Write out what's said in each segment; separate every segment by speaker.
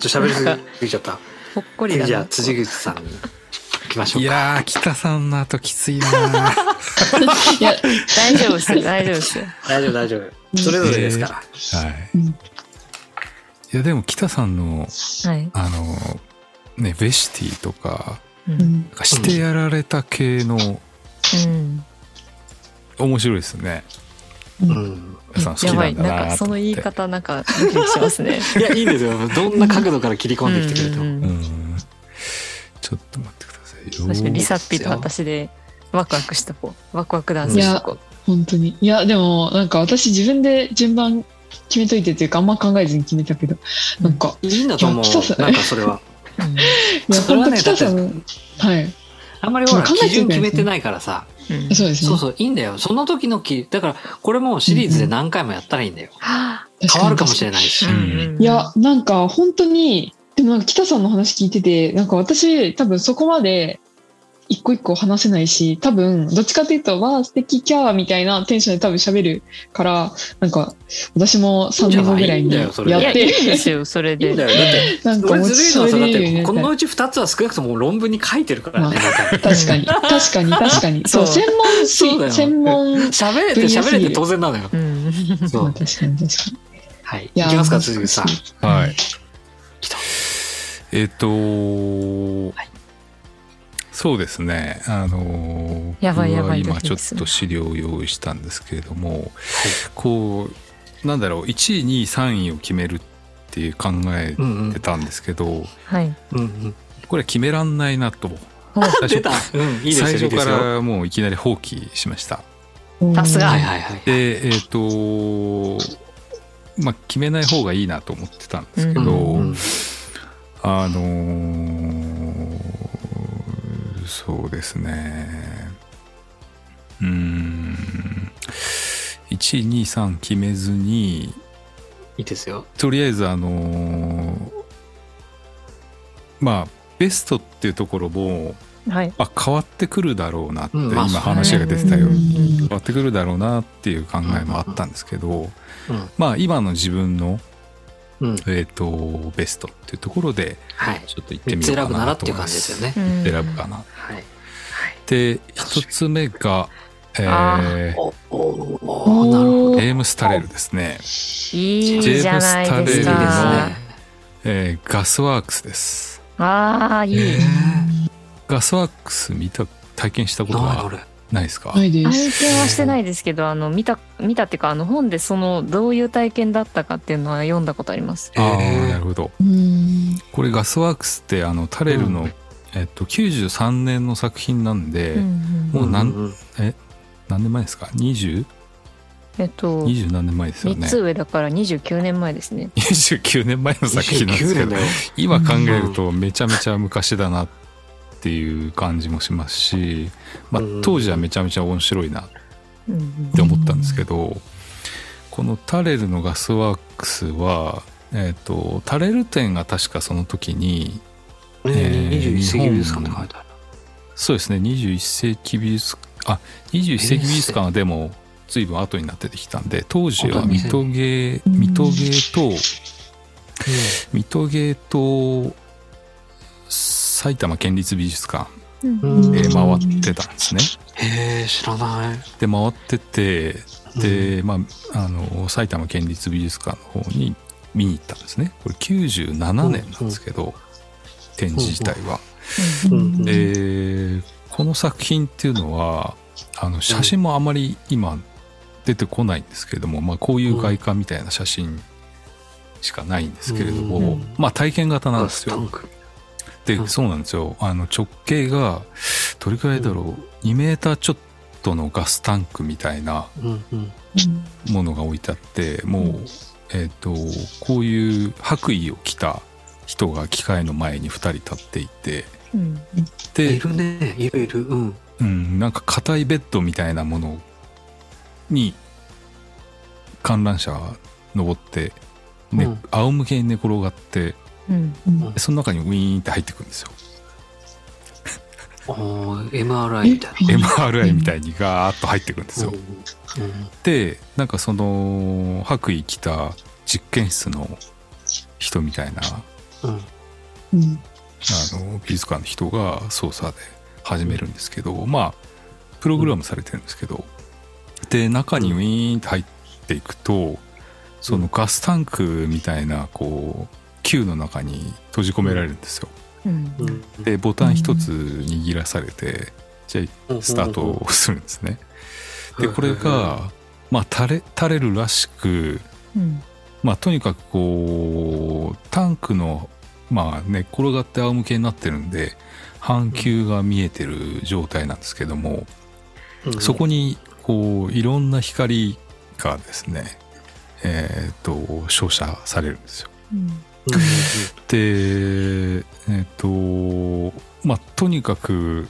Speaker 1: と喋りすぎちゃった。
Speaker 2: ほっこりだ
Speaker 1: じゃあ辻口さん行きましょう
Speaker 3: いやー北さんの後きついない
Speaker 2: や大丈夫です大丈夫です
Speaker 1: 大丈夫大丈夫それぞれですから、
Speaker 3: えー、はい、うん、いやでも北さんの、はい、あのねベシティとか,、うん、かしてやられた系の、うん、面白いですねうん、
Speaker 2: さん好きなんだななんかその言い方なんかドキドキしますね
Speaker 1: いやいいんですよどんな角度から切り込んできてくれても、うん、うん、
Speaker 3: ちょっと待ってください
Speaker 2: 確かにリサッピと私でワクワクしたこうワクワクダンスしたこう
Speaker 4: 本当にいやでもなんか私自分で順番決めといてっていうかあんま考えずに決めたけど、うん、なんか
Speaker 1: いいんだと思うなんかそれは、うん、いや本当に北さんはいあんまりほら基準決めてないからさ、
Speaker 4: うん、そうですね。
Speaker 1: そうそう、いいんだよ。その時のき、だから、これもシリーズで何回もやったらいいんだよ。うん、変わるかもしれないし。
Speaker 4: いや、なんか本当に、でもなんか北さんの話聞いてて、なんか私、多分そこまで、一個一個話せないし、多分、どっちかというと、わあ、素敵、キャーみたいなテンションで多分喋るから、なんか、私も3年後ぐらいにやって。い
Speaker 2: や、いいですよ、それで。
Speaker 1: いいんだよ。だって、なんかもう、ずるいのはだって、このうち2つは少なくとも論文に書いてるからね。
Speaker 4: まあ、確かに、確かに、確かに。そう、専門、そうだよ専門。、
Speaker 1: 喋れて、喋れて当然なのよ。うん
Speaker 4: そう。確かに、確かに。
Speaker 1: はい。いきますか、鈴木さ
Speaker 3: ん。はい。
Speaker 1: 来た。
Speaker 3: えっと、はいそうですね。あのー、
Speaker 2: やばいやばい、
Speaker 3: ね、今ちょっと資料を用意したんですけれども、はい、こうなんだろう1位2位3位を決めるっていう考えてたんですけど、うんうん、、
Speaker 2: はい、うんうん
Speaker 3: これ決めらんないなと
Speaker 1: 最初から、うん、いい
Speaker 3: 最初からもういきなり放棄しました。
Speaker 2: さすが。
Speaker 1: はいはいはい、
Speaker 3: でえっ、ー、とまあ決めない方がいいなと思ってたんですけど、うんうん、あのーそうですね。うん。1、2、3決めずに。
Speaker 1: いいですよ。
Speaker 3: とりあえず、あのー、まあ、ベストっていうところも、
Speaker 2: はい、
Speaker 3: あ変わってくるだろうなって、うん、今話が出てたように、変わってくるだろうなっていう考えもあったんですけど、うんうん、まあ今の自分のうん、えっ、とベストっていうところで、
Speaker 1: はい、
Speaker 3: ちょっと行ってみようかなと思います。
Speaker 1: 選ぶならっていう感じですよね。
Speaker 3: 選ぶかな。
Speaker 1: はい。
Speaker 3: で一つ目が、えー、
Speaker 1: おおなるほど
Speaker 3: ジェームスタレルですね。
Speaker 2: いいじゃないですか。ジェームスタレルの、
Speaker 3: えー、ガスワークスです。
Speaker 2: ああいい、えー、。
Speaker 3: ガスワークス見た体験したことはないですか？
Speaker 4: ないです
Speaker 2: 体験はしてないですけど、あの見た見たっていうかあの本でそのどういう体験だったかっていうのは読んだことあります。
Speaker 3: ああ、なるほど。これガスワークスってあのタレルの、うん、えっと93年の作品なんで、うんうん、もうなん、うん、え何年前ですか？20
Speaker 2: えっと、
Speaker 3: 20何年前ですよね。3
Speaker 2: つ上だから29年前ですね。
Speaker 3: 29年前の作品なんですけど、今考えるとめちゃめちゃ昔だなって。っていう感じもしますし、まあ、当時はめちゃめちゃ面白いなって思ったんですけど、このタレルのガスワークスは、えーと、とタレル展が確かその時に、
Speaker 1: えー、えー、21世紀美術館って書いてある
Speaker 3: そうですね21世紀美術あ21世紀美術館はでも随分後になってきたんで当時は水戸芸水戸芸と、水戸芸と埼玉県立美術館で回ってたんですね。
Speaker 1: へえ知らない。
Speaker 3: で回っててで、まあ、あの埼玉県立美術館の方に見に行ったんですね。これ97年なんですけど、展示自体は。でこの作品っていうのはあの写真もあまり今出てこないんですけれども、まあ、こういう外観みたいな写真しかないんですけれども、まあ、体験型なんですよ。っそうなんですよあの直径がどれくらいだろう、うん、2メーターちょっとのガスタンクみたいなものが置いてあってもう、えーと、とこういう白衣を着た人が機械の前に2人立っていて、
Speaker 1: うん、でいるねいるいるうん、
Speaker 3: うん、なんか硬いベッドみたいなものに観覧車が登ってね、ね、うん、仰向けに寝転がって。うんうん、その中にウィーンって入ってくるんですよ。
Speaker 1: お MRI みたいな
Speaker 3: MRI みたいにガーッと入ってくるんですよ。うんうん、でなんかその白衣着た実験室の人みたいな
Speaker 4: うん、
Speaker 3: あの美術館の人が操作で始めるんですけど、まあプログラムされてるんですけど、で中にウィーンって入っていくとそのガスタンクみたいなこう球の中に閉じ込められるんですよ。
Speaker 2: うん、
Speaker 3: でボタン一つ握らされて、じゃあスタートをするんですね。でこれが、まあ、垂れ垂れるらしく、
Speaker 2: うん、
Speaker 3: まあ、とにかくこうタンクの、まあね、転がって仰向けになってるんで半球が見えてる状態なんですけども、うん、そこにこういろんな光がですね、えーと、と照射されるんですよ。
Speaker 2: うん、
Speaker 3: でえっ、ー、とまあとにかく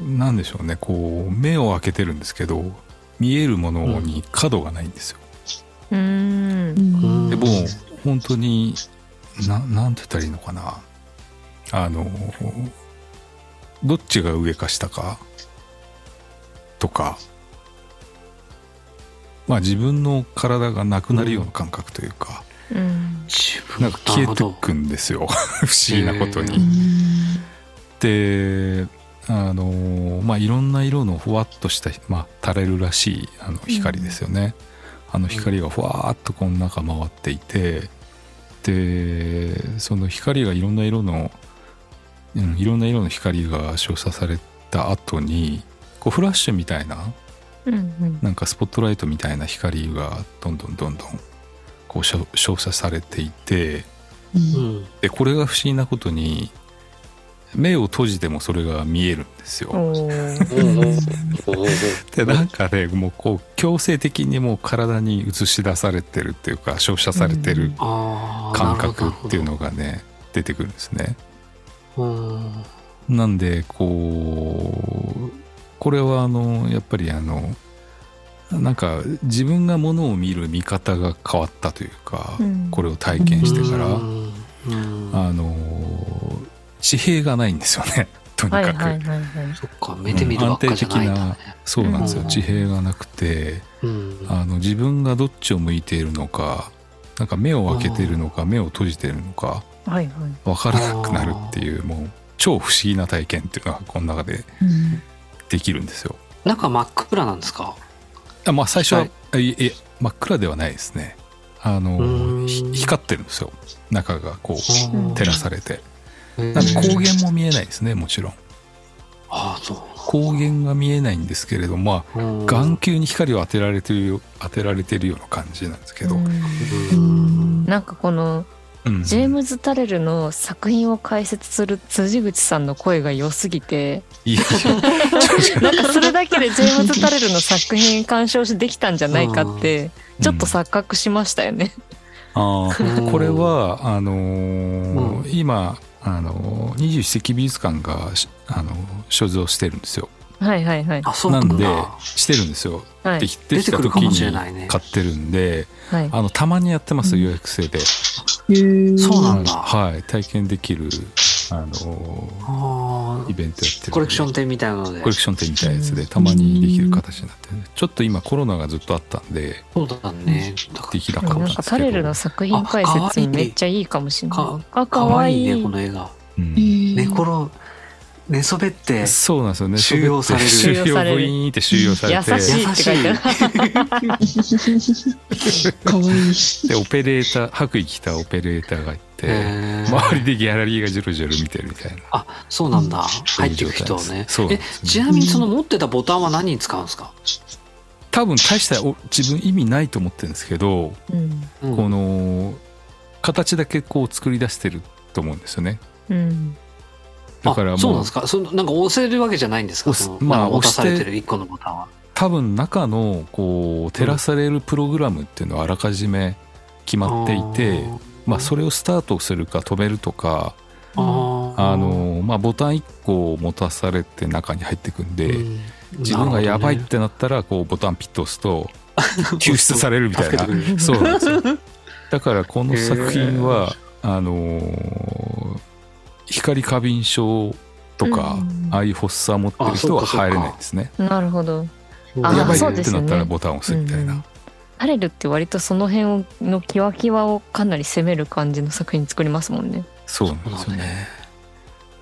Speaker 3: なんでしょうねこう目を開けてるんですけど見えるものに角がないんですよ。
Speaker 2: うん、
Speaker 3: でも本当にななんて言ったらいいのかなあのどっちが上か下かとかまあ自分の体がなくなるような感覚というか、
Speaker 2: うん、
Speaker 3: なんか消えてくんですよ 不思議なことに。であのー、まあ、いろんな色のふわっとした、まあ、垂れるらしいあの光ですよね、うん、あの光がふわーっとこの中回っていてでその光がいろんな色の、うん、いろんな色の光が照射された後にこうフラッシュみたいな、
Speaker 2: うんうん、
Speaker 3: なんかスポットライトみたいな光がどんどんどんどんこう照射されていて、
Speaker 4: うん、
Speaker 3: でこれが不思議なことに目を閉じてもそれが見えるんですよ。でなんかねもうこう強制的にもう体に映し出されてるっていうか照射されてる感覚っていうのがね、うん、出てくるんですね。なんでこうこれはあのやっぱりあのなんか自分がものを見る見方が変わったというか、うん、これを体験してから、うん、あの地平がないんですよねとにかく、
Speaker 1: そっか目で見るばっかじゃない、ね、安定的な
Speaker 3: そうなんですよ、うん、地平がなくて、
Speaker 1: うん、
Speaker 3: あの自分がどっちを向いているのかなんか目を開けてるのか目を閉じてるのか、
Speaker 2: はいはい、分
Speaker 3: からなくなるっていうもう超不思議な体験っていうのがこの中でできるんですよ、
Speaker 1: うん、中真っ暗なんですか
Speaker 3: あまあ最初は、はい、え真っ暗ではないですねあの光ってるんですよ中がこう照らされて。なんで光源も見えないですねもちろん。
Speaker 1: ああそう
Speaker 3: 光源が見えないんですけれどまあ眼球に光を当てられてる当てられてるような感じなんですけど。
Speaker 2: んなんかこのジェームズ・タレルの作品を解説する辻口さんの声が良すぎて
Speaker 3: いや
Speaker 2: なんかそれだけでジェームズ・タレルの作品鑑賞できたんじゃないかってちょっと錯覚しましたよね。
Speaker 3: あこれはあのーうん、今あの21世紀美術館があの所蔵してるんですよ。
Speaker 2: はいはいはい。
Speaker 3: なんでしてるんですよ。
Speaker 2: はい、
Speaker 3: でできた時に買ってるんで、
Speaker 2: はい、
Speaker 3: あのたまにやってます予約制で。
Speaker 1: そうなんだ。
Speaker 3: はい、体験できるあのイベントやってる。
Speaker 1: コレクション展みたいなので。
Speaker 3: コレクション展みたいなやつでたまにできる形になってる、ね、ちょっと今コロナがずっとあったんで。
Speaker 1: そうだね。
Speaker 3: できなかったんですけど。なんか
Speaker 2: タレルの作品解説めっちゃいいかもしれない。あ可愛い
Speaker 1: いねこの映画。
Speaker 3: うん、
Speaker 1: 寝転寝そべって
Speaker 3: そうなんですよ
Speaker 1: 収
Speaker 3: ね
Speaker 1: 容される
Speaker 3: 収容されるブイーンって収容されて
Speaker 2: 優しいって書いてあ
Speaker 4: るかわいい
Speaker 3: でオペレーター白衣着たオペレーターがいて周りでギャラリーがジョロジョロ見てるみたいな
Speaker 1: あそうなん だ入っていく人をね
Speaker 3: そう
Speaker 1: えちなみにその持ってたボタンは何に使うんですか
Speaker 3: 多分大したお自分意味ないと思ってるんですけど、
Speaker 2: うん、
Speaker 3: この形だけこう作り出してると思うんですよね、
Speaker 2: うん
Speaker 3: だから
Speaker 1: そうなんですかそのなんか押せるわけじゃないんですかまあ押されてる1個のボタンは
Speaker 3: 多分中のこう照らされるプログラムっていうのはあらかじめ決まっていて、うん、まあ、それをスタートするか止めるとか
Speaker 1: あ
Speaker 3: の、まあ、ボタン1個持たされて中に入ってくんで、うん、自分がやばい ってなったらこうボタンピッと押すと救出されるみたいなそうなんですよだからこの作品は、あのー光過敏症とか、うん、ああいう発作持ってる人は入れないですね。
Speaker 2: なるほど。
Speaker 3: やばいってなったらボタンを押すみたいな。
Speaker 2: タレルって割とその辺のキワキワをかなり攻める感じの作品作りますもんね。
Speaker 3: そうなんですよね。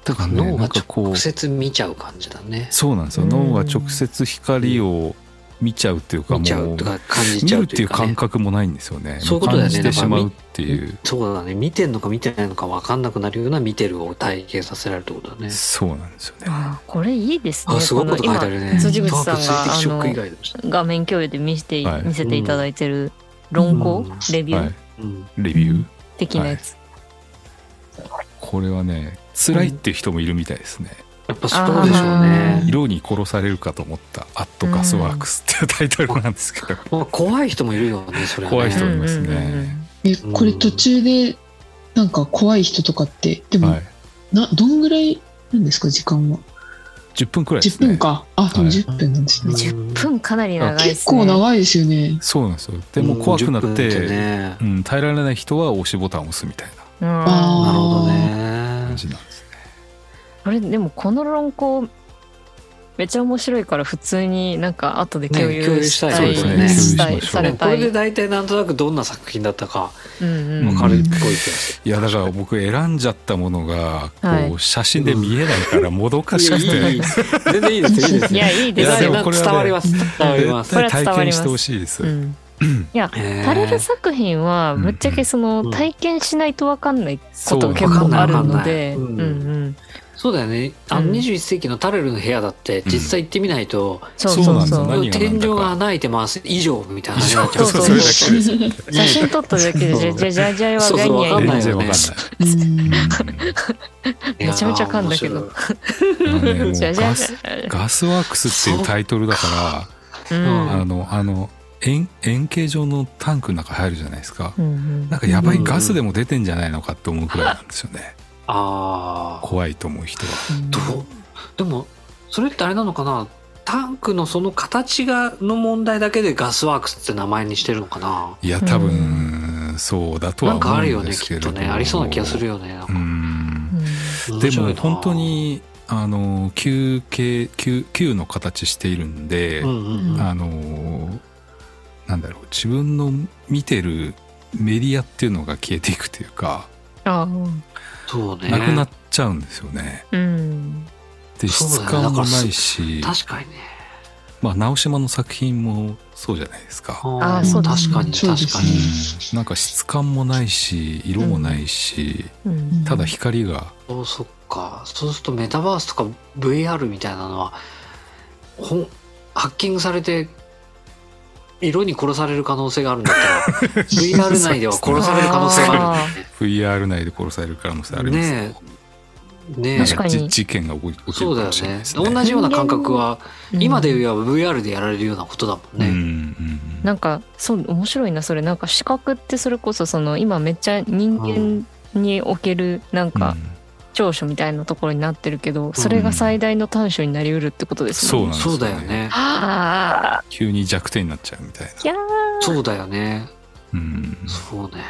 Speaker 1: だから脳が直接見ちゃう感じだね。
Speaker 3: そうなんですよ。脳が直接光を見ちゃうっていうか、
Speaker 1: 見ちゃうとか感じちゃう
Speaker 3: 見るっていう感覚もないんですよね。
Speaker 1: そういうことだよね。
Speaker 3: 感じてしまうっていう。
Speaker 1: そうだね。見てんのか見てないのか分かんなくなるような見てるを体験させられるってことだね。
Speaker 3: そうなんですよね。
Speaker 2: あこれいいですね。
Speaker 1: あ、すごいこと書いてあるね。
Speaker 2: 辻口さんが画面共有で見せて、見せていただいてる論考、レビュ
Speaker 3: ー、レビュー
Speaker 2: 的なやつ。
Speaker 3: これはね辛いっていう人もいるみたいですね、
Speaker 1: やっぱそうでしょうね
Speaker 3: 色に殺されるかと思った「アットガスワークス」っていうタイトルなんですけど、
Speaker 1: 怖い人もいるよねそれは
Speaker 3: 怖い人いますね、
Speaker 4: えこれ途中でなんか怖い人とかってでも、などんぐらいなんですか時間は、
Speaker 3: 10分くらいです
Speaker 4: ね、分かあでも10分なんですね、は
Speaker 2: 分かなり長い
Speaker 4: 結構長いですよね
Speaker 3: そうなんですよでも怖くなってうん、耐えられない人は押しボタンを押すみたいな
Speaker 1: あなるほどね。
Speaker 3: 感じなんですね。
Speaker 2: これでもこの論考めっちゃ面白いから普通になんか後で共有したい、ね、したいされた
Speaker 1: い。これで大体なんとなくどんな作品だったか分かるっぽい気がす
Speaker 3: る。いやだから僕選んじゃったものがこう写真で見えないからもどかしくて、
Speaker 1: 全然いいですいいです。
Speaker 2: いやいいです
Speaker 1: よ。これ伝わります。伝わります。
Speaker 3: これ体験してほしいです。
Speaker 2: いや、タレル作品はぶっちゃけその体験しないと分かんないことが結構あるので
Speaker 1: そうだよねあの21世紀のタレルの部屋だって実際行ってみないと、
Speaker 2: そうそうそう
Speaker 1: 天井が穴開いてます以上みたいな話になっちゃ
Speaker 3: うそう
Speaker 2: 写真撮っただけでじゃじゃじゃはガニ
Speaker 1: ャ
Speaker 3: い
Speaker 1: よね
Speaker 2: めちゃめちゃ噛んだけど
Speaker 3: ガスワークスっていうタイトルだからあのあの円円形状のタンクの中入るじゃないですか、うんうん、なんかやばいガスでも出てんじゃないのかって思うくらいなんですよね、
Speaker 1: あ
Speaker 3: あ怖いと思う人は、
Speaker 1: うん、でもそれってあれなのかなタンクのその形がの問題だけでガスワークスって名前にしてるのかない
Speaker 3: や多分そうだとは
Speaker 1: うん、な
Speaker 3: 思うんですけど、
Speaker 1: んかあるよねきっとねありそうな気がするよねなんか
Speaker 3: うんでも本当にあの球形球球の形しているんで、あのなんだろう自分の見てるメディアっていうのが消えていくというか
Speaker 2: あ
Speaker 1: そう、ね、
Speaker 3: なくなっちゃうんですよね。
Speaker 2: うん、
Speaker 3: で質感もないし、
Speaker 1: ね、確かにね。
Speaker 3: まあ直島の作品もそうじゃないですか。
Speaker 2: ああそう
Speaker 1: 確かに確かに、
Speaker 3: うん、なんか質感もないし色もないし、うん、ただ光が。
Speaker 1: うん、そっかそうするとメタバースとか VR みたいなのはほんハッキングされて色に殺される可能性があるんだった ら VR 内では殺される可能性がある
Speaker 3: VR 内で殺される可能性ありますね
Speaker 1: ね
Speaker 3: 確かに事件が起こるかもしれないです
Speaker 1: そ
Speaker 3: ね
Speaker 1: うだよね同じような感覚は、今で言えば VR でやられるようなことだもんね、
Speaker 3: う
Speaker 2: なんかそう面白いなそれなんか視覚ってそれこそその今めっちゃ人間におけるなんか、長所みたいなところになってるけど、それが最大の短所になりうるってことです
Speaker 3: ね、うん、
Speaker 1: そうだよね
Speaker 2: あ
Speaker 3: 急に弱点になっちゃうみたい
Speaker 2: な
Speaker 1: そうだよね
Speaker 3: うん
Speaker 1: そうね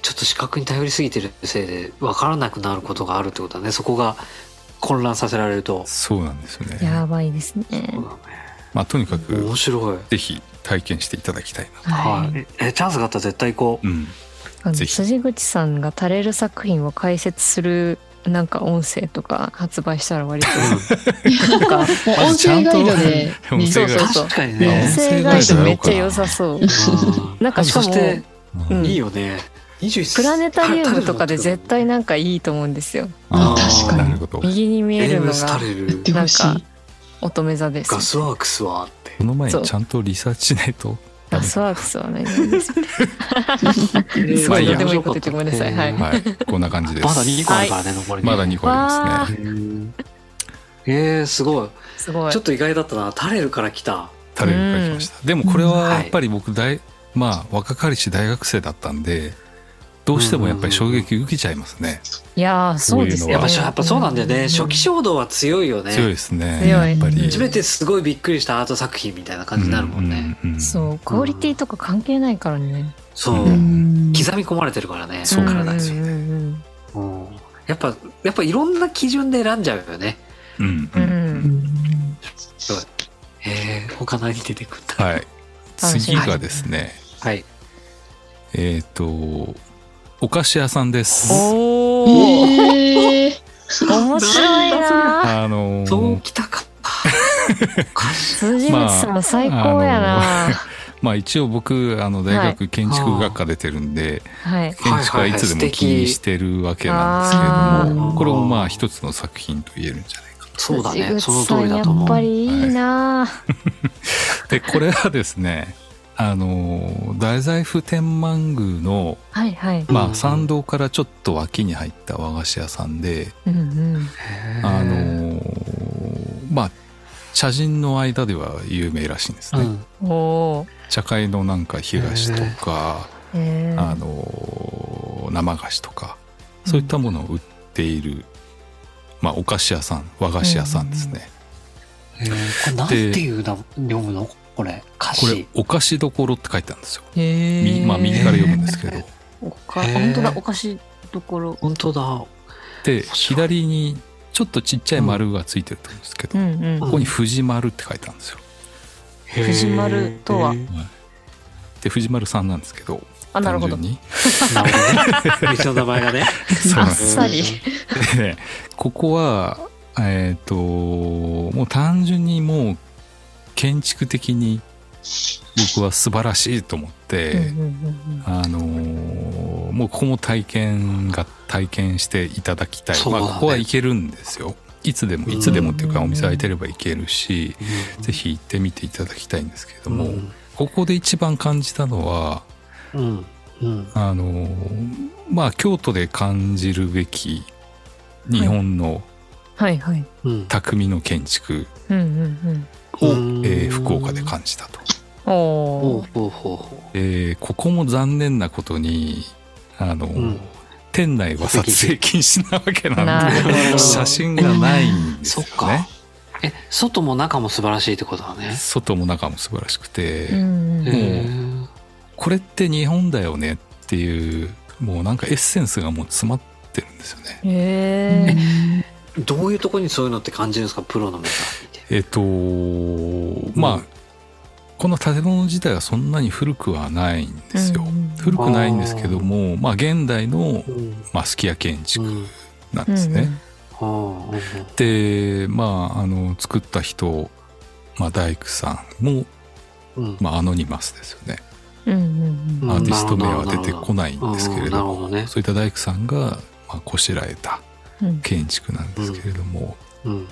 Speaker 1: ちょっと視覚に頼りすぎてるせいで分からなくなることがあるってことだねそこが混乱させられると
Speaker 3: そうなんですよね
Speaker 2: やばいですね、
Speaker 1: ね、
Speaker 3: まあとにかく
Speaker 1: 面白い
Speaker 3: ぜひ体験していただきたい
Speaker 1: なはい、えチャンスがあったら絶対行こう、
Speaker 3: うん
Speaker 2: 辻口さんが垂れる作品を解説するなんか音声とか発売したら割と
Speaker 4: なん か音声ガイドで、
Speaker 2: ね、そうそうそう
Speaker 1: 確かにね
Speaker 2: 音声ガイドめっちゃ良さそうなんかしか
Speaker 1: も、いいよね
Speaker 2: プラネタリウムとかで絶対なんかいいと思うんですよ
Speaker 4: 確かに
Speaker 2: 右に見えるのがなんか乙女座です
Speaker 1: ガスワークスはって
Speaker 3: この前ちゃんとリサーチしな いと。
Speaker 2: ガスワークスはね。まあ、いや、でもいいこと言ってごめんなさい。はい
Speaker 3: こんな感じです。
Speaker 1: まだ2個あるからね、残り。
Speaker 3: まだ2個ありますね。
Speaker 1: ええ、すごい。
Speaker 2: すごい。
Speaker 1: ちょっと意外だったな。タレルから来た。
Speaker 3: タレルから来ました。でもこれはやっぱり僕、大、まあ、若かりし大学生だったんで、どうしてもやっぱり衝撃受けちゃいますね。
Speaker 2: いやそうですね。
Speaker 1: やっぱそうなんだよね。初期衝動は強いよね。
Speaker 3: 強いですね。やっぱり。
Speaker 1: 初めてすごいびっくりしたアート作品みたいな感じになるもんね。
Speaker 2: そう、クオリティとか関係ないからね。
Speaker 1: そう。刻み込まれてるからね。
Speaker 3: そうからです
Speaker 1: よね。やっぱ、やっぱいろんな基準で選んじゃうよね。
Speaker 3: うん。
Speaker 2: うん。
Speaker 1: ええ、他何出てくる
Speaker 3: はい。次がですね、
Speaker 1: はい。
Speaker 3: えっ、と、お菓子屋さんです。
Speaker 2: おお
Speaker 4: えー、
Speaker 2: 面白いな
Speaker 3: あのー
Speaker 1: そうきた かった。おかしい
Speaker 2: 辻口さん最高やな、
Speaker 3: まあ一応僕、あの、大学建築学科出てるんで、
Speaker 2: はい
Speaker 3: 建築はいつでも気にしてるわけなんですけれども、これもまあ一つの作品と言えるんじゃないかと。
Speaker 1: そうだね。
Speaker 2: 辻
Speaker 1: その
Speaker 2: 口さ
Speaker 1: 通り
Speaker 2: ん
Speaker 1: だと思
Speaker 2: やっぱ
Speaker 1: う。
Speaker 2: りいいな、
Speaker 3: で、これはですね、あのー、大宰府天満宮の、
Speaker 2: はい、はい
Speaker 1: うん
Speaker 3: まあ参道からちょっと脇に入った和菓子屋さんで、
Speaker 2: うんうん
Speaker 1: へー
Speaker 3: あのーまあ茶人の間では有名らしいんですね、
Speaker 1: うん
Speaker 2: おお
Speaker 3: 茶会のなんか東とか、
Speaker 2: ーへー
Speaker 3: あのー生菓子とかそういったものを売っている、まあお菓子屋さん和菓子屋さんですね、
Speaker 1: へーこれなんていうな読むのこれ。歌
Speaker 3: これ
Speaker 1: 詞。
Speaker 3: 「お菓子どころ」って書いてあるんですよ、
Speaker 2: へ
Speaker 3: み
Speaker 2: ー
Speaker 3: まあ、右から読むんですけど
Speaker 2: おか
Speaker 1: へー
Speaker 2: 本当だお菓子どころ
Speaker 1: 本当だ。
Speaker 3: で
Speaker 1: 白い
Speaker 3: 左にちょっとちっちゃい丸がついてると思うんですけど、
Speaker 2: うんうん
Speaker 3: ここに「藤丸」って書いてあるんですよ
Speaker 1: へー
Speaker 2: 藤丸とは
Speaker 3: で藤丸さんなんですけど
Speaker 2: あなるほど
Speaker 3: 単 純に
Speaker 1: なるほどね。道の名前がね。
Speaker 3: そう
Speaker 2: あ
Speaker 3: な
Speaker 2: っ
Speaker 3: んです
Speaker 2: さ り
Speaker 3: でここはえっ、ともう単純にもう建築的に僕は素晴らしいと思って、
Speaker 2: うんうんうん
Speaker 3: あのーもうここも体験が体験していただきたい、
Speaker 1: そう
Speaker 3: ま
Speaker 1: だ
Speaker 3: あ
Speaker 1: ね
Speaker 3: ここは行けるんですよいつでもいつでもっていうか
Speaker 2: うん
Speaker 3: お店開いてれば行けるし、
Speaker 1: うん
Speaker 3: ぜひ行ってみていただきたいんですけれど
Speaker 1: う
Speaker 3: も、
Speaker 1: ん
Speaker 3: ここで一番感じたのは
Speaker 1: うん。うん。
Speaker 3: あのーまあ京都で感じるべき日本の
Speaker 2: はいはい
Speaker 1: うん。
Speaker 3: 匠の建築
Speaker 2: うんうん
Speaker 3: を、
Speaker 1: うん
Speaker 3: えー福岡で感じたと、
Speaker 2: うんお
Speaker 1: ほ
Speaker 2: お
Speaker 1: うほうほうほう。
Speaker 3: えーここも残念なことにあの、
Speaker 1: ん
Speaker 3: 店内は撮影禁止なわけな
Speaker 2: なんる
Speaker 3: で
Speaker 2: ほど
Speaker 3: 写真がないんです
Speaker 1: そ
Speaker 3: よ
Speaker 1: っか
Speaker 3: ね。
Speaker 1: え、外も中も素晴らしいってことだね。
Speaker 3: 外も中も素晴らしくて、
Speaker 2: うんうん
Speaker 1: へ
Speaker 3: これって日本だよねっていうもうなんかエッセンスがもう詰まってるんですよね
Speaker 2: へー
Speaker 1: ーどういうとこにそういうのって感じるんですかプロの目が見て。
Speaker 3: えっ、とまあ、
Speaker 1: うん
Speaker 3: この建物自体はそんなに古くはないんですよ、
Speaker 2: うん
Speaker 3: 古くないんですけどもまあ現代の、
Speaker 1: うん。
Speaker 3: まあ、すき家建築
Speaker 1: うん。
Speaker 3: なんですね、
Speaker 1: は
Speaker 3: でまああの作った人、まあ、大工さんも、
Speaker 1: あ。うん。
Speaker 3: まあ、アノニマスですよね
Speaker 2: うんうんうん
Speaker 1: ん
Speaker 3: アーティスト名は
Speaker 1: なる
Speaker 3: 出
Speaker 1: ほど
Speaker 3: てこないんですけれ
Speaker 1: な
Speaker 3: ど
Speaker 1: る
Speaker 3: も、
Speaker 1: ほどね。
Speaker 3: そういった大工さんが、まあ、こしらえた
Speaker 2: うん
Speaker 3: 建築なんですけれども、
Speaker 1: うん。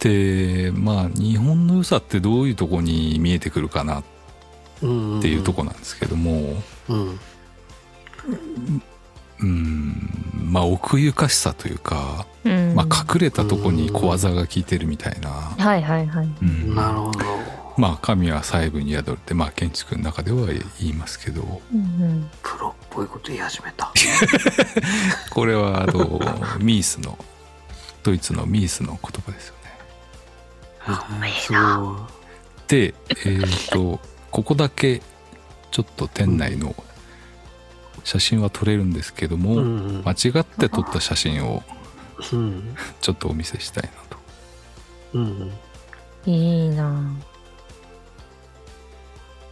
Speaker 3: でまあ日本の良さってどういうとこに見えてくるかなっ
Speaker 1: うん。
Speaker 3: ていうとこなんですけども、
Speaker 1: うん。
Speaker 3: うんまあ奥ゆかしさというか、
Speaker 2: うん
Speaker 3: まあ、隠れたとこに小技が効いてるみたいな。
Speaker 2: はいはいはい
Speaker 3: うん
Speaker 1: なるほど。
Speaker 3: まあ神は細部に宿るって、まあ、建築の中では言いますけど
Speaker 2: うん
Speaker 1: プロっぽいこと言い始めた。
Speaker 3: これは あのミースのドイツのミースの言葉ですよね。
Speaker 1: すごい。
Speaker 3: でえっ、とここだけちょっと店内の写真は撮れるんですけども、
Speaker 1: うん
Speaker 3: 間違って撮った写真を
Speaker 1: うん。
Speaker 3: ちょっとお見せしたいなと。
Speaker 1: うん。
Speaker 2: うんいいな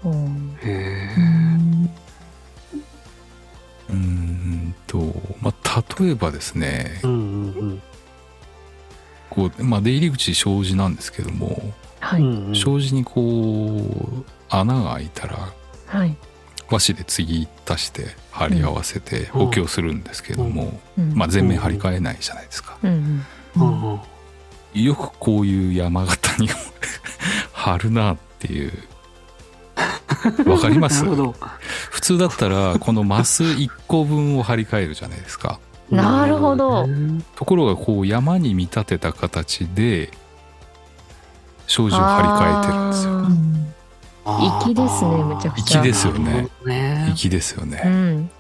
Speaker 2: うん
Speaker 1: へえ。
Speaker 3: うーんとまあ例えばですね
Speaker 1: うんうん
Speaker 3: こう、まあ、出入り口障子なんですけども
Speaker 2: は
Speaker 1: う
Speaker 2: い
Speaker 1: ん。
Speaker 3: 障子にこう穴が開いたら
Speaker 2: はい
Speaker 3: 和紙で継ぎ足して貼り合わせて
Speaker 1: うん
Speaker 3: 補強するんですけども、
Speaker 2: うん
Speaker 3: まあ、全面張り替えないじゃないですか、
Speaker 2: うん
Speaker 1: う
Speaker 2: うん
Speaker 1: ん
Speaker 3: よくこういう山形に 貼るなっていうわかりま
Speaker 1: な
Speaker 3: す
Speaker 1: るほど。
Speaker 3: 普通だったらこのマス1個分を張り替えるじゃないですか
Speaker 2: なるほど
Speaker 3: ところがこう山に見立てた形で障子を張り替えてるんですよ
Speaker 2: あー粋ですねめちゃくちゃ粋
Speaker 3: ですよね。
Speaker 1: ね。
Speaker 3: 粋ですよ
Speaker 2: う
Speaker 3: ね、
Speaker 2: ん。だか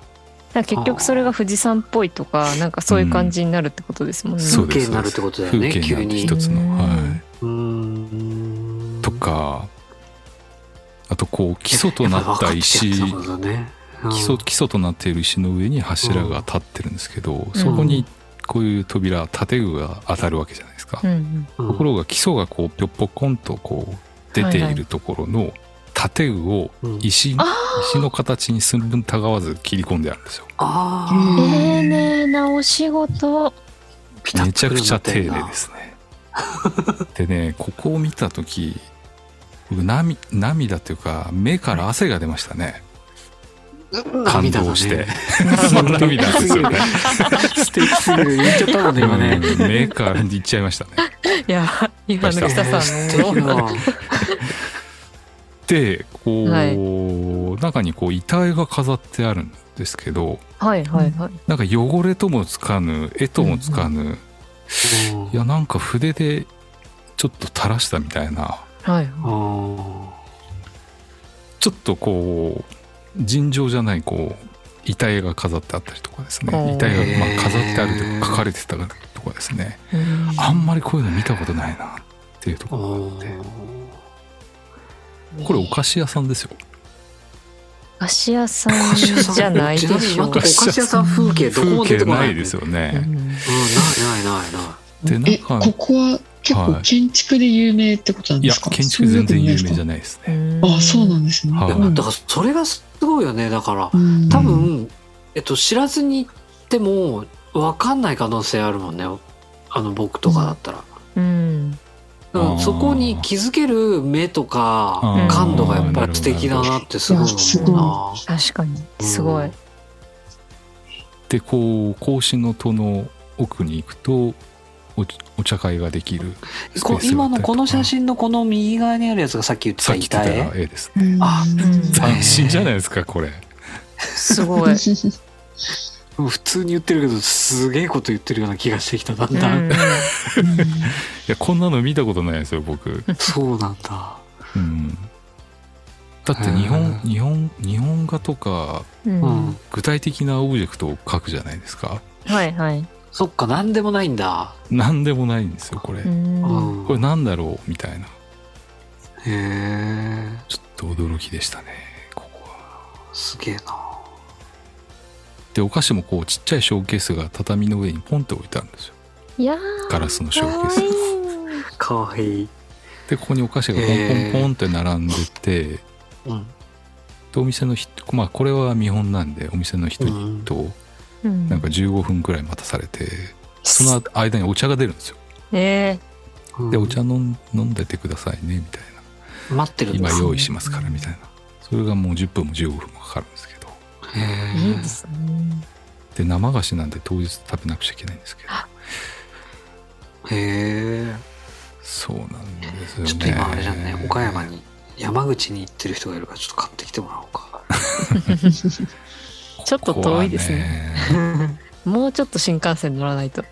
Speaker 2: ら結局それが富士山っぽいとかなんかそういう感じになるってことですもんね。
Speaker 3: そうで
Speaker 1: 風景
Speaker 3: す
Speaker 1: になるってことだよね
Speaker 3: 風景になる
Speaker 1: 急に
Speaker 3: 一つの、は
Speaker 2: う
Speaker 3: い
Speaker 2: ん、
Speaker 1: うん。
Speaker 3: とかあとこう基礎となった石
Speaker 1: やっぱ分かってやってたもんだね。
Speaker 3: 基礎
Speaker 1: うん
Speaker 3: 基礎となっている石の上に柱が立ってるんですけど、
Speaker 2: ん
Speaker 3: そこにこういう扉建具が当たるわけじゃないですか、
Speaker 2: うん
Speaker 3: ところが基礎がこうぴょっぽこんとこう出ているところの建具を
Speaker 1: うん
Speaker 3: 石
Speaker 2: あ
Speaker 3: 石の形に寸分たがわず切り込んであるんですよ
Speaker 1: あ
Speaker 2: ー
Speaker 1: あ、
Speaker 4: うん
Speaker 2: 丁寧なお仕事。
Speaker 1: ピタ
Speaker 3: め
Speaker 1: ッ
Speaker 3: ちゃ
Speaker 1: とくるように
Speaker 3: くち
Speaker 1: な
Speaker 3: ゃ
Speaker 1: って
Speaker 3: 丁
Speaker 1: るな
Speaker 3: 寧ですねでねここを見た時僕涙涙というか目から汗が出ましたね感
Speaker 1: 涙だね
Speaker 3: 動して、その涙ですよね
Speaker 1: 素敵すぎる言っちゃったもんね今ね
Speaker 3: うん目からいっちゃいましたね
Speaker 2: いや、今の
Speaker 3: えー
Speaker 2: 北さんのもの。
Speaker 1: な
Speaker 3: でこう、
Speaker 2: は
Speaker 3: 中にこう遺体が飾ってあるんですけど
Speaker 2: はいはいはい。
Speaker 3: なんか汚れともつかぬ絵ともつかぬ、いやなんか筆でちょっと垂らしたみたいな
Speaker 2: はいはい。
Speaker 3: ちょっとこう尋常じゃないこう遺体が飾ってあったりとかです
Speaker 2: お
Speaker 3: ね
Speaker 2: ー
Speaker 3: 遺体がまあ飾ってあるというか書かれてたとかですね
Speaker 2: うん
Speaker 3: あんまりこういうの見たことないなっていうところこれお菓子屋さんですよ
Speaker 2: お菓子屋さんじゃないでしょう
Speaker 1: お。菓子屋さん風景どこ
Speaker 3: 風
Speaker 1: も出
Speaker 3: 景
Speaker 1: てこ
Speaker 3: な
Speaker 1: ない
Speaker 3: いですよ
Speaker 2: う
Speaker 3: ね、
Speaker 2: ん
Speaker 1: うん、ないないないな
Speaker 3: でな
Speaker 4: え、
Speaker 3: んか
Speaker 4: ここは結構建築で有名ってことなん
Speaker 3: い
Speaker 4: で
Speaker 3: や
Speaker 4: すか
Speaker 3: 建築全然有名じゃ
Speaker 4: い。
Speaker 3: ないですね
Speaker 2: うん
Speaker 4: ああ、そうなんですね。
Speaker 3: はい
Speaker 1: い、
Speaker 4: うん
Speaker 1: だからそれがすごいよねだから
Speaker 4: うん
Speaker 1: 多分、えっと、知らずに行っても分かんない可能性あるもんねあの僕とかだったら。
Speaker 2: うん。
Speaker 1: だから
Speaker 3: あー
Speaker 1: そこに気づける目とか
Speaker 3: あー
Speaker 1: 感度がやっぱり素敵だなってすごい思うな。
Speaker 2: 確かに。すごい。
Speaker 3: でこう格子の戸の奥に行くとおお茶会ができるスペ
Speaker 1: こ
Speaker 3: ースがあったりとか
Speaker 1: 今のこの写真のこの右側にあるやつがさっき言って
Speaker 3: さ
Speaker 1: た
Speaker 3: っき
Speaker 1: 遺
Speaker 3: 言ってた
Speaker 1: 体
Speaker 3: 絵です
Speaker 4: う
Speaker 3: ね
Speaker 4: ん
Speaker 1: あ
Speaker 3: 斬新じゃないですかこれ
Speaker 2: すごい。
Speaker 1: 普通に言ってるけどすげえこと言ってるような気がしてきただんだん、
Speaker 2: うん
Speaker 3: いやこんなの見たことないですよ僕、
Speaker 1: そうなんだ
Speaker 3: うん、だって日
Speaker 1: へ
Speaker 3: 本
Speaker 1: ー
Speaker 3: 日本日本画とか
Speaker 2: うん
Speaker 1: うん、
Speaker 3: 具体的なオブジェクトを描くじゃないですか
Speaker 2: はいはい。
Speaker 1: そっか何でもないんだ
Speaker 3: 何でもないんですよこれ、
Speaker 2: うん
Speaker 1: うん
Speaker 3: これなんだろうみたいな
Speaker 1: へえ
Speaker 3: ちょっと驚きでしたねここは
Speaker 1: すげえな
Speaker 3: でお菓子もこうちっちゃいショーケースが畳の上にポンって置いてあるんですよ
Speaker 2: いや
Speaker 3: ガラスのシ
Speaker 2: ー、
Speaker 3: ョ
Speaker 2: か
Speaker 3: ー
Speaker 2: わ
Speaker 3: ケース
Speaker 2: いい。
Speaker 1: かわいい、
Speaker 3: でここにお菓子がポンポンポンって並んでて、
Speaker 1: うん、
Speaker 3: でお店の人まあこれは見本なんでお店の人にと、
Speaker 2: うん
Speaker 3: なんか15分くらい待たされてその間にお茶が出るんですよ
Speaker 2: え
Speaker 1: うん
Speaker 3: でお茶飲ん飲んでてくださいねみたい
Speaker 1: 待ってる
Speaker 3: なん
Speaker 1: だ
Speaker 3: 今
Speaker 1: へ
Speaker 3: 用意しますからみたいなそれがもう10分も15分もかかるんですけど
Speaker 2: えいいで
Speaker 1: え
Speaker 2: すね。
Speaker 3: で生菓子なんで当日食べなくちゃいけないんですけど
Speaker 1: へえ
Speaker 3: そうなんですよね
Speaker 1: ちょっと今あれじゃんね岡山に山口に行ってる人がいるからちょっと買ってきてもらおう か
Speaker 2: ちょっと遠いですね。
Speaker 3: ね
Speaker 2: もうちょっと新幹線乗らないと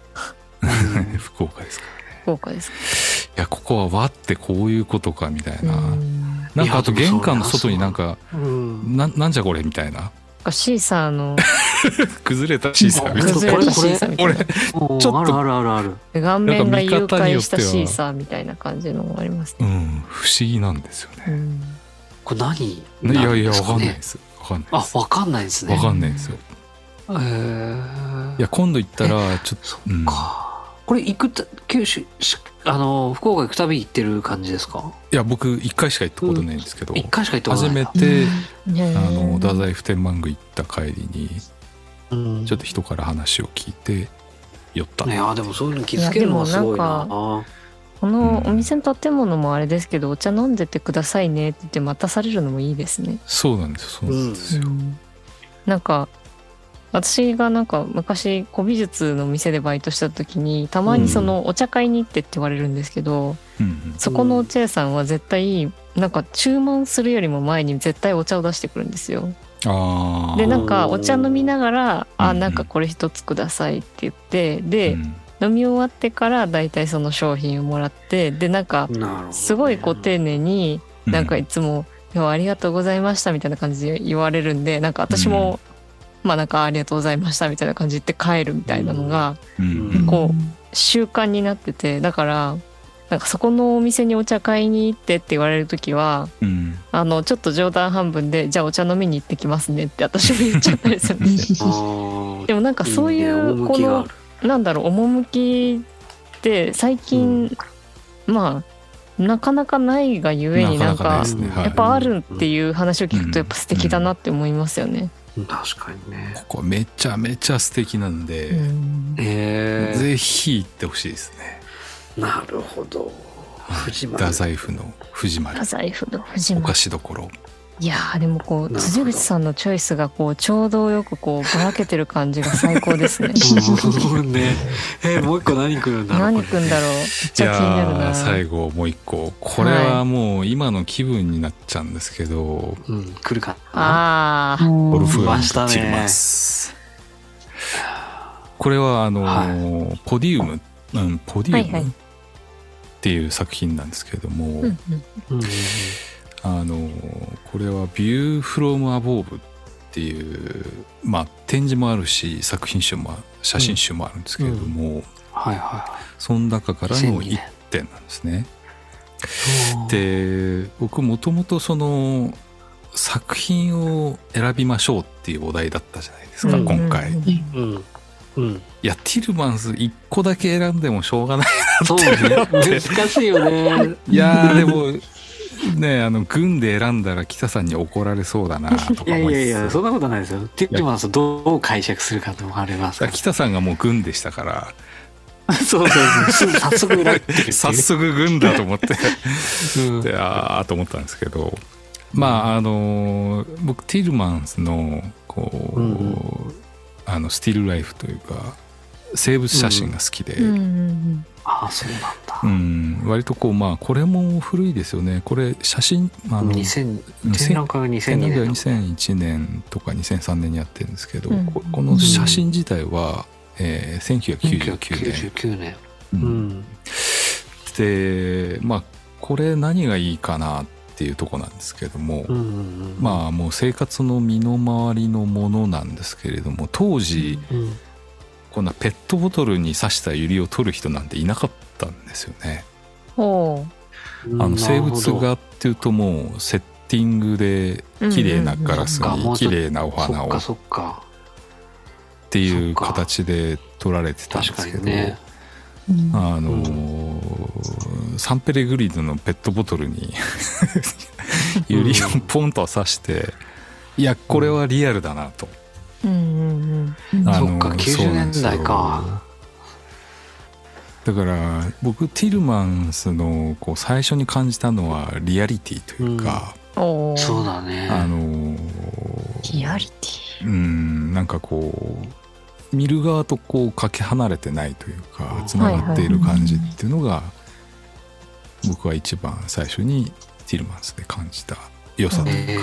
Speaker 1: うん
Speaker 3: 福岡ですからね
Speaker 2: 福岡ですか
Speaker 3: いやここは和ってこういうことかみたいな、
Speaker 2: うん
Speaker 3: なんかあと玄関の外になんか
Speaker 1: うん
Speaker 3: ななんじゃこれみたいな
Speaker 2: なんかシーサーの
Speaker 3: 崩れた小さな
Speaker 1: ちょっとこれ
Speaker 2: 崩れたシーサーみたいな
Speaker 1: うん
Speaker 3: ちょっと
Speaker 1: あるあるあるある
Speaker 2: 顔面が誘
Speaker 3: なんか見方に
Speaker 2: 拐
Speaker 3: よっ
Speaker 2: してた
Speaker 3: は
Speaker 2: シーサーみたいな感じのもあります
Speaker 3: う
Speaker 2: ね。
Speaker 3: ん不思議なんですよね、
Speaker 2: うん
Speaker 1: これ何
Speaker 3: ねいやいや
Speaker 1: です
Speaker 3: わかんない
Speaker 1: ね
Speaker 3: ですわかんないで
Speaker 1: あ
Speaker 3: す
Speaker 1: わかんないですね
Speaker 3: わかんないですよ
Speaker 1: へー
Speaker 3: いや今度行ったらちょっと
Speaker 1: そっ
Speaker 3: うん
Speaker 1: か、これ行くた九州しあの福岡行くたび行ってる感じですか
Speaker 3: いや僕一回しか行ったことないんですけど、
Speaker 1: 一回しか行ったこと
Speaker 3: 初
Speaker 1: ない
Speaker 3: め
Speaker 1: な
Speaker 3: て、
Speaker 2: ねえ
Speaker 3: あの太宰府天満宮行った帰りに
Speaker 1: うん
Speaker 3: ちょっと人から話を聞いて寄った、
Speaker 1: ねあでもそういうの気づけるのはすごいな
Speaker 2: このお店の建物もあれですけど、お茶飲んでてくださいねって言って待たされるのもいいですね。
Speaker 3: そうなんですよそうなんですよ、
Speaker 2: なんか私がなんか昔古美術の店でバイトした時にたまにそのお茶会に行ってって言われるんですけど、
Speaker 3: うん
Speaker 2: そこのお茶屋さんは絶対なんか注文するよりも前に絶対お茶を出してくるんですよ。
Speaker 3: ああ
Speaker 2: でなんかお茶飲みながら「
Speaker 3: うん
Speaker 2: あなんかこれ一つください」って言ってで、
Speaker 3: うん
Speaker 2: 飲み終わってから大体その商品をもらってでなんか
Speaker 1: なるほどね
Speaker 2: すごいこう丁寧になんかいつも「今日はありがとうございました」みたいな感じで言われるんでなんか私も、まあなんか「ありがとうございました」みたいな感じで帰るみたいなのが
Speaker 3: うん
Speaker 1: うん
Speaker 2: こ習慣になっててだからなんかそこのお店にお茶買いに行ってって言われる時は
Speaker 3: うん
Speaker 2: あのちょっと冗談半分で「じゃあお茶飲みに行ってきますね」って私も言っちゃったりするんですよ
Speaker 1: あー
Speaker 2: でもなんかそうい
Speaker 1: ね
Speaker 2: うこ
Speaker 1: 趣があ
Speaker 2: の
Speaker 1: る
Speaker 2: なんだろう趣って最近、まあなかなかないがゆえになん
Speaker 3: なかな
Speaker 2: か
Speaker 3: かないですね。はい
Speaker 2: やっぱあるっていう話を聞くとやっぱ素敵だなって思いますよね。
Speaker 1: 確かにね
Speaker 3: ここめちゃめちゃ素敵なんで、
Speaker 2: うん
Speaker 1: えー、
Speaker 3: ぜひ行ってほしいですね。
Speaker 1: なるほど藤丸
Speaker 3: 太宰府の藤丸
Speaker 2: 太宰府の藤
Speaker 3: お
Speaker 2: 間
Speaker 3: 菓子どころ。
Speaker 2: いやーでもこう
Speaker 1: なるほど。
Speaker 2: 辻口さんのチョイスがこうちょうどよくこうばらけてる感じが最高です ね
Speaker 1: うんねえもう一個何来るんだろう
Speaker 2: 何
Speaker 1: これ
Speaker 2: くんだろうめっちゃ気になる
Speaker 3: いやー
Speaker 2: な。
Speaker 3: 最後もう一個これはもう今の気分になっちゃうんですけど、
Speaker 1: うん来るかな
Speaker 2: ああ
Speaker 3: ゴ
Speaker 4: ゴ
Speaker 3: ルフ
Speaker 1: は
Speaker 3: が
Speaker 1: ましたね
Speaker 3: 散ります。これはあのーポディウム、うん、ポディウ
Speaker 2: はいは
Speaker 3: ム
Speaker 2: い
Speaker 3: っていう作品なんですけれども、
Speaker 2: うんう
Speaker 1: う
Speaker 2: ん
Speaker 1: んうんうん
Speaker 3: あのーこれは「ビュー・フロム・アボーブ」っていう、まあ、展示もあるし作品集もあ写真集もあるんですけれども、
Speaker 1: はいは
Speaker 3: その中から
Speaker 1: 千
Speaker 3: の
Speaker 1: 里
Speaker 3: 一
Speaker 1: ね
Speaker 3: 点なんですね。
Speaker 1: い
Speaker 3: で僕もともとその作品を選びましょうっていうお題だったじゃないですか、
Speaker 2: うん
Speaker 3: 今回。
Speaker 2: うん
Speaker 1: うんうん
Speaker 3: いや、ティルマンス1個だけ選んでもしょうがない。
Speaker 1: そうね難しいよ ね
Speaker 3: いやー、でも、ねあの、軍で選んだら北さんに怒られそうだなと
Speaker 1: い
Speaker 3: か
Speaker 1: やい
Speaker 3: 思いつつ。
Speaker 1: やいやそんなことないですよティップマンスをどう解釈するかもあります から
Speaker 3: 北さんがもう軍でしたから、
Speaker 1: そうそうそうすぐ早速裏切ってるっていう
Speaker 3: 早速軍だと思って、
Speaker 1: うん
Speaker 3: であーと思ったんですけど、まあ、あのー僕、ティルマンスの、こう、
Speaker 1: うんう
Speaker 3: あの、スティルライフというか、生物写真が好きで、
Speaker 2: うんうん
Speaker 1: ああそうなんだ
Speaker 3: うん割とこう、まあ、これも古いですよね。これ、写真、あの、
Speaker 1: 2000
Speaker 3: うん
Speaker 1: 展覧会が2002
Speaker 3: なんか
Speaker 1: 年
Speaker 3: 2001年とか2003年にやってるんですけど、
Speaker 2: うん
Speaker 3: ここの写真自体は、えー1999年、
Speaker 1: 1999年う
Speaker 3: う
Speaker 1: んん
Speaker 3: でまあこれ何がいいかなっていうとこなんですけども、
Speaker 1: うんうんうん
Speaker 3: まあもう生活の身の回りのものなんですけれども当時、
Speaker 1: うん
Speaker 3: こんなペットボトルに刺したユリを取る人なんていなかったんですよね。
Speaker 2: ほ
Speaker 3: あの生
Speaker 1: なる
Speaker 3: 物
Speaker 1: ほど
Speaker 3: 画っていうともうセッティングで
Speaker 2: う
Speaker 3: 綺麗なガラス
Speaker 1: うんうんうんそっかも
Speaker 3: に
Speaker 1: うちょっ
Speaker 3: 綺
Speaker 1: と
Speaker 3: 麗なお花
Speaker 1: そっ
Speaker 3: を
Speaker 1: かそっか
Speaker 3: っていう形で撮られてたんで
Speaker 1: 確
Speaker 3: す
Speaker 1: か
Speaker 3: けど、
Speaker 1: にね
Speaker 3: あのーサンペレグリドのペットボトルに ユリをポンと刺して、いやこれはリアルだなと、
Speaker 2: うんうんうん
Speaker 3: あの
Speaker 1: そっか90
Speaker 3: そうなんですよ
Speaker 1: 年代か
Speaker 3: だから僕ティルマンスのこう最初に感じたのはリアリティというか、
Speaker 2: おー
Speaker 1: そうだ
Speaker 3: あ
Speaker 1: ね
Speaker 3: のー
Speaker 2: リアリテ
Speaker 3: うんなんかこう見る側とこうかけ離れてないというかつながっている感じっていうのが僕は一番最初にティルマンスで感じた良さ
Speaker 1: え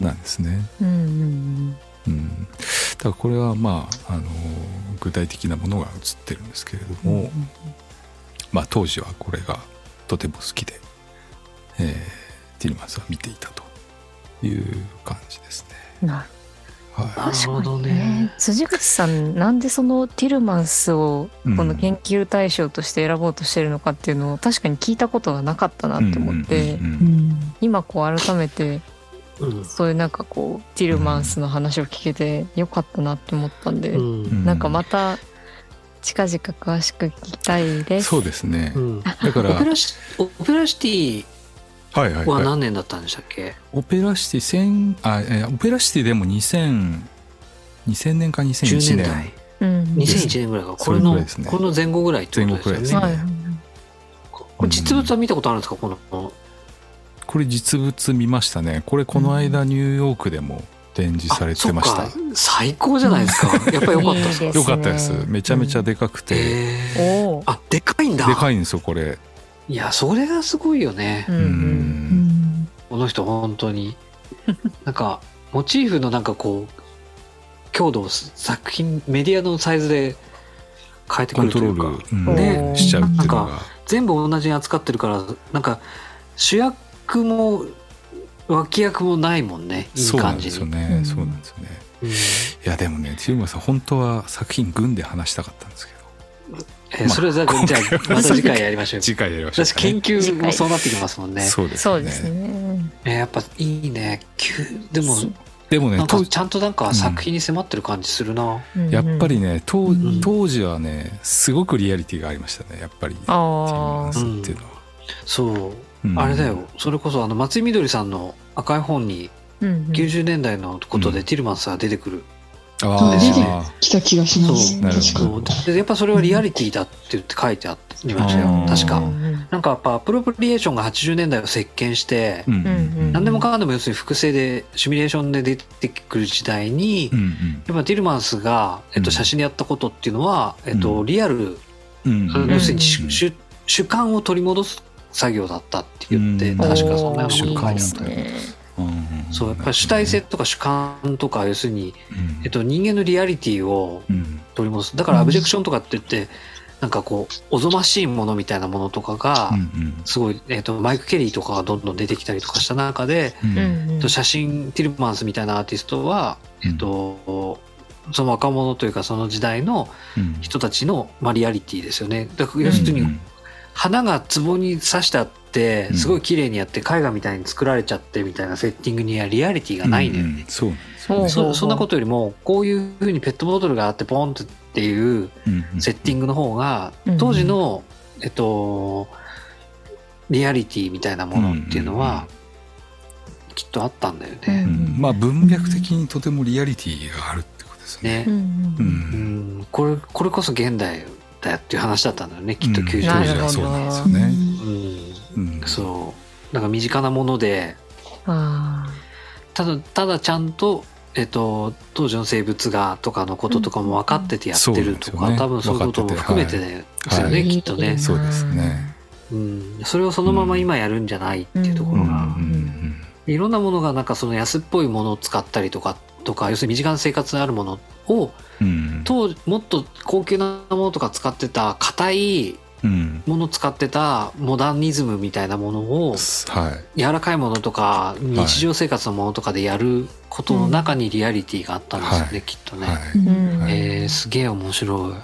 Speaker 3: なんですね。
Speaker 2: ィうんうん
Speaker 3: うん、だからこれはまあ、あの具体的なものが映ってるんですけれど
Speaker 2: うん
Speaker 3: も、まあ、当時はこれがとても好きで、えーティルマンスは見ていたという感じですね。
Speaker 2: なる
Speaker 3: は
Speaker 1: なるほど
Speaker 2: ほどね
Speaker 1: ね
Speaker 2: 辻口さんなんでそのティルマンスを
Speaker 3: い、
Speaker 2: この
Speaker 3: 研
Speaker 2: 研究対象として選ぼうとしてるのかっていうのを確かに聞いたことがなかったなって思って、今こう改めて
Speaker 1: うん
Speaker 2: そういうなんかこうティルマンスの話を聞けてよかったなって思ったんで、
Speaker 1: うん
Speaker 2: なんかまた近々詳しく聞きたいです。
Speaker 3: そうですね
Speaker 1: う。ん
Speaker 3: だか
Speaker 1: オ
Speaker 3: ら、
Speaker 1: ペラシオペラシティ
Speaker 3: はいはい
Speaker 1: は
Speaker 3: はい、
Speaker 1: 何年だったんでしたっけ
Speaker 3: オペラシティ千あ、えーオペラシティでも2000、2000年か
Speaker 1: 10年
Speaker 3: 2001年
Speaker 1: 代
Speaker 2: うん
Speaker 1: 2001年ぐらいかこ
Speaker 3: それ
Speaker 1: れ
Speaker 3: ぐ
Speaker 1: の
Speaker 3: らいですね
Speaker 1: この前後ぐらいってことですよ
Speaker 3: 前後ぐらいです
Speaker 1: ね
Speaker 3: ね
Speaker 2: はい
Speaker 1: これ実物は見たことあるんですかこの
Speaker 3: これ実物見ましたね。これこの間ニューヨークでも展示されてました。
Speaker 1: あそっか最高じゃないですかやっぱり良 かったです
Speaker 2: いい
Speaker 1: か
Speaker 2: で
Speaker 3: よかったです
Speaker 2: ね。
Speaker 3: めちゃめちゃでかくて、
Speaker 1: へー
Speaker 2: おー
Speaker 1: あでかいんだ
Speaker 3: でかいんですよ、これ。
Speaker 1: いやそれがすごいよね
Speaker 2: う
Speaker 3: うん
Speaker 2: うん
Speaker 3: ん。
Speaker 1: この人本当になんかモチーフのなんかこう強度を作品メディアのサイズで変えて
Speaker 3: コ
Speaker 1: く
Speaker 3: ン
Speaker 1: る
Speaker 3: ト
Speaker 1: とい
Speaker 3: ロ
Speaker 1: うか
Speaker 3: ール、うん
Speaker 2: ね
Speaker 3: しちゃうっていうのが。
Speaker 1: 全部同じに扱ってるからなんか主役も脇役もないもんねいい
Speaker 3: そうなん
Speaker 1: 感
Speaker 3: です
Speaker 1: じ
Speaker 3: よ
Speaker 1: に
Speaker 3: ね。
Speaker 2: うん
Speaker 3: そうなんですよね。
Speaker 1: うん
Speaker 3: いや、でもね、チルマさん、本当は作品群で話したかったんですけど、
Speaker 1: えー
Speaker 3: まあ
Speaker 1: それはじゃあじゃあまた次回やりましょう
Speaker 3: 次回やりましょう
Speaker 1: 私
Speaker 3: か
Speaker 1: 研
Speaker 3: ね。
Speaker 1: 究もそうなってきますもんね
Speaker 3: そうです
Speaker 2: そう
Speaker 3: よ
Speaker 2: です
Speaker 3: ね。
Speaker 2: ね。
Speaker 1: えーやっぱいいね急でも
Speaker 2: そう
Speaker 3: でもね
Speaker 1: なん、
Speaker 3: 当
Speaker 1: か
Speaker 3: 時
Speaker 1: ちゃんとなんか作品に迫ってる感じするな、
Speaker 2: うん
Speaker 3: やっぱりね当
Speaker 1: ん
Speaker 3: 当時はねすごくリアリティがありましたねやっぱりティルマ
Speaker 2: あ
Speaker 3: ン
Speaker 2: あ
Speaker 3: スっていうのは、
Speaker 1: そうう、
Speaker 3: ん
Speaker 1: あれだよ。それこそ、あの、松井みどりさんの赤い本に、
Speaker 2: うんうん
Speaker 1: 90年代のこと
Speaker 3: う
Speaker 1: でティルマンスが出てくる。
Speaker 3: あ
Speaker 1: そうです
Speaker 3: あ
Speaker 1: ね
Speaker 4: 来た気がします。
Speaker 1: そう
Speaker 3: なる
Speaker 4: 確
Speaker 3: ほど
Speaker 4: かに。
Speaker 1: そうでやっぱそれはリアリティだって言って書いてありましたよ
Speaker 3: あ。ー
Speaker 1: 確
Speaker 2: う
Speaker 1: か。
Speaker 2: んうん
Speaker 1: なんかやっぱアプロプリエーションが80年代を席巻して、
Speaker 3: うんうん
Speaker 2: うん
Speaker 1: 何でもかんでも要するに複製でシミュレーションで出てくる時代に、
Speaker 3: うん
Speaker 1: やっぱディルマンスが、えっ
Speaker 3: うん
Speaker 1: と、写真でやったことっていうのは、えっ
Speaker 3: う
Speaker 1: と、リアル、
Speaker 3: うんうん
Speaker 1: 要するに
Speaker 3: う
Speaker 1: 主
Speaker 3: ん
Speaker 1: 主主観を取り戻す作業だったって言って、
Speaker 3: うん
Speaker 1: 確かそんなよ
Speaker 2: おー
Speaker 1: う
Speaker 3: 瞬
Speaker 1: な
Speaker 3: 間
Speaker 1: ことを
Speaker 2: いいですね
Speaker 3: うん
Speaker 1: そうやっぱり主体性、とか主観とか要するに、
Speaker 3: うん
Speaker 1: えっと、人間のリアリティを
Speaker 3: うん
Speaker 1: 取り戻すだからアブジェクションとかって言ってなんかこうおぞましいものみたいなものとかが、
Speaker 3: うん
Speaker 1: すごい、えっとマイク・ケリーとかがどんどん出てきたりとかした中で、
Speaker 3: うんうん
Speaker 2: うんうん
Speaker 1: えっと写真ティルマンスみたいなアーティストは、えっとその若者というかその時代の
Speaker 3: うん
Speaker 1: 人たちの、まあ、リアリティですよね。だから要する
Speaker 3: う
Speaker 1: に
Speaker 3: ん
Speaker 1: 花が壺に刺してあって
Speaker 3: うん
Speaker 1: すごい綺麗にやって絵画みたいに作られちゃってみたいなセッティングにはリアリティがないんだよね。
Speaker 3: うんうんそうなんですよ
Speaker 2: ほうほう
Speaker 3: ね
Speaker 2: ほ
Speaker 1: そうそんなことよりもこういうふうにペットボトルがあってポンっていう
Speaker 3: うんうん
Speaker 1: セッティングの方が
Speaker 2: うん
Speaker 1: 当時の、えっと、リアリティみたいなものっていうの
Speaker 3: うんうん
Speaker 1: はきっとあったんだよ
Speaker 2: う
Speaker 1: ね。
Speaker 2: ん
Speaker 3: まあ文脈的にとてもリアリティがあるってことですね。
Speaker 1: ね
Speaker 2: うんう
Speaker 3: うん
Speaker 1: うんん、これこれこそ現代だよっていう話だったんだよねきっと
Speaker 3: うん
Speaker 1: 90
Speaker 2: な
Speaker 1: 年代
Speaker 2: るほど。
Speaker 3: そうなんですよ
Speaker 4: う
Speaker 3: ね
Speaker 4: ん
Speaker 1: うん
Speaker 3: うん
Speaker 1: そうなんか身近なもので
Speaker 2: あ
Speaker 1: ただただちゃんと、えっと、当時の生物がとかのこととかも分かっててやってるとか、
Speaker 3: うんうん
Speaker 1: 多分そういうことも含めてですよ
Speaker 2: ー
Speaker 1: ね、
Speaker 3: はい
Speaker 1: きっと
Speaker 2: いい
Speaker 1: ね
Speaker 2: な、
Speaker 3: そうですね
Speaker 1: うん、それをそのまま今やるんじゃないっていうとこ
Speaker 3: うん
Speaker 1: ろ
Speaker 3: うんう
Speaker 1: が、
Speaker 3: ん
Speaker 1: いろんなものがなんかその安っぽいものを使ったりとかとか要するに身近な生活にあるものを
Speaker 3: うん
Speaker 1: 当時もっと高級なものとか使ってた硬い
Speaker 3: うん
Speaker 1: もの使ってたモダニズムみたいなものを
Speaker 3: はい
Speaker 1: 柔らかいものとか日常生活のものとかでやることの中にリアリティがあったんですよね、
Speaker 3: はい
Speaker 1: きっとね、
Speaker 3: は
Speaker 4: う
Speaker 3: い
Speaker 4: ん
Speaker 2: うん
Speaker 3: はい
Speaker 1: えー、すげえ面白いい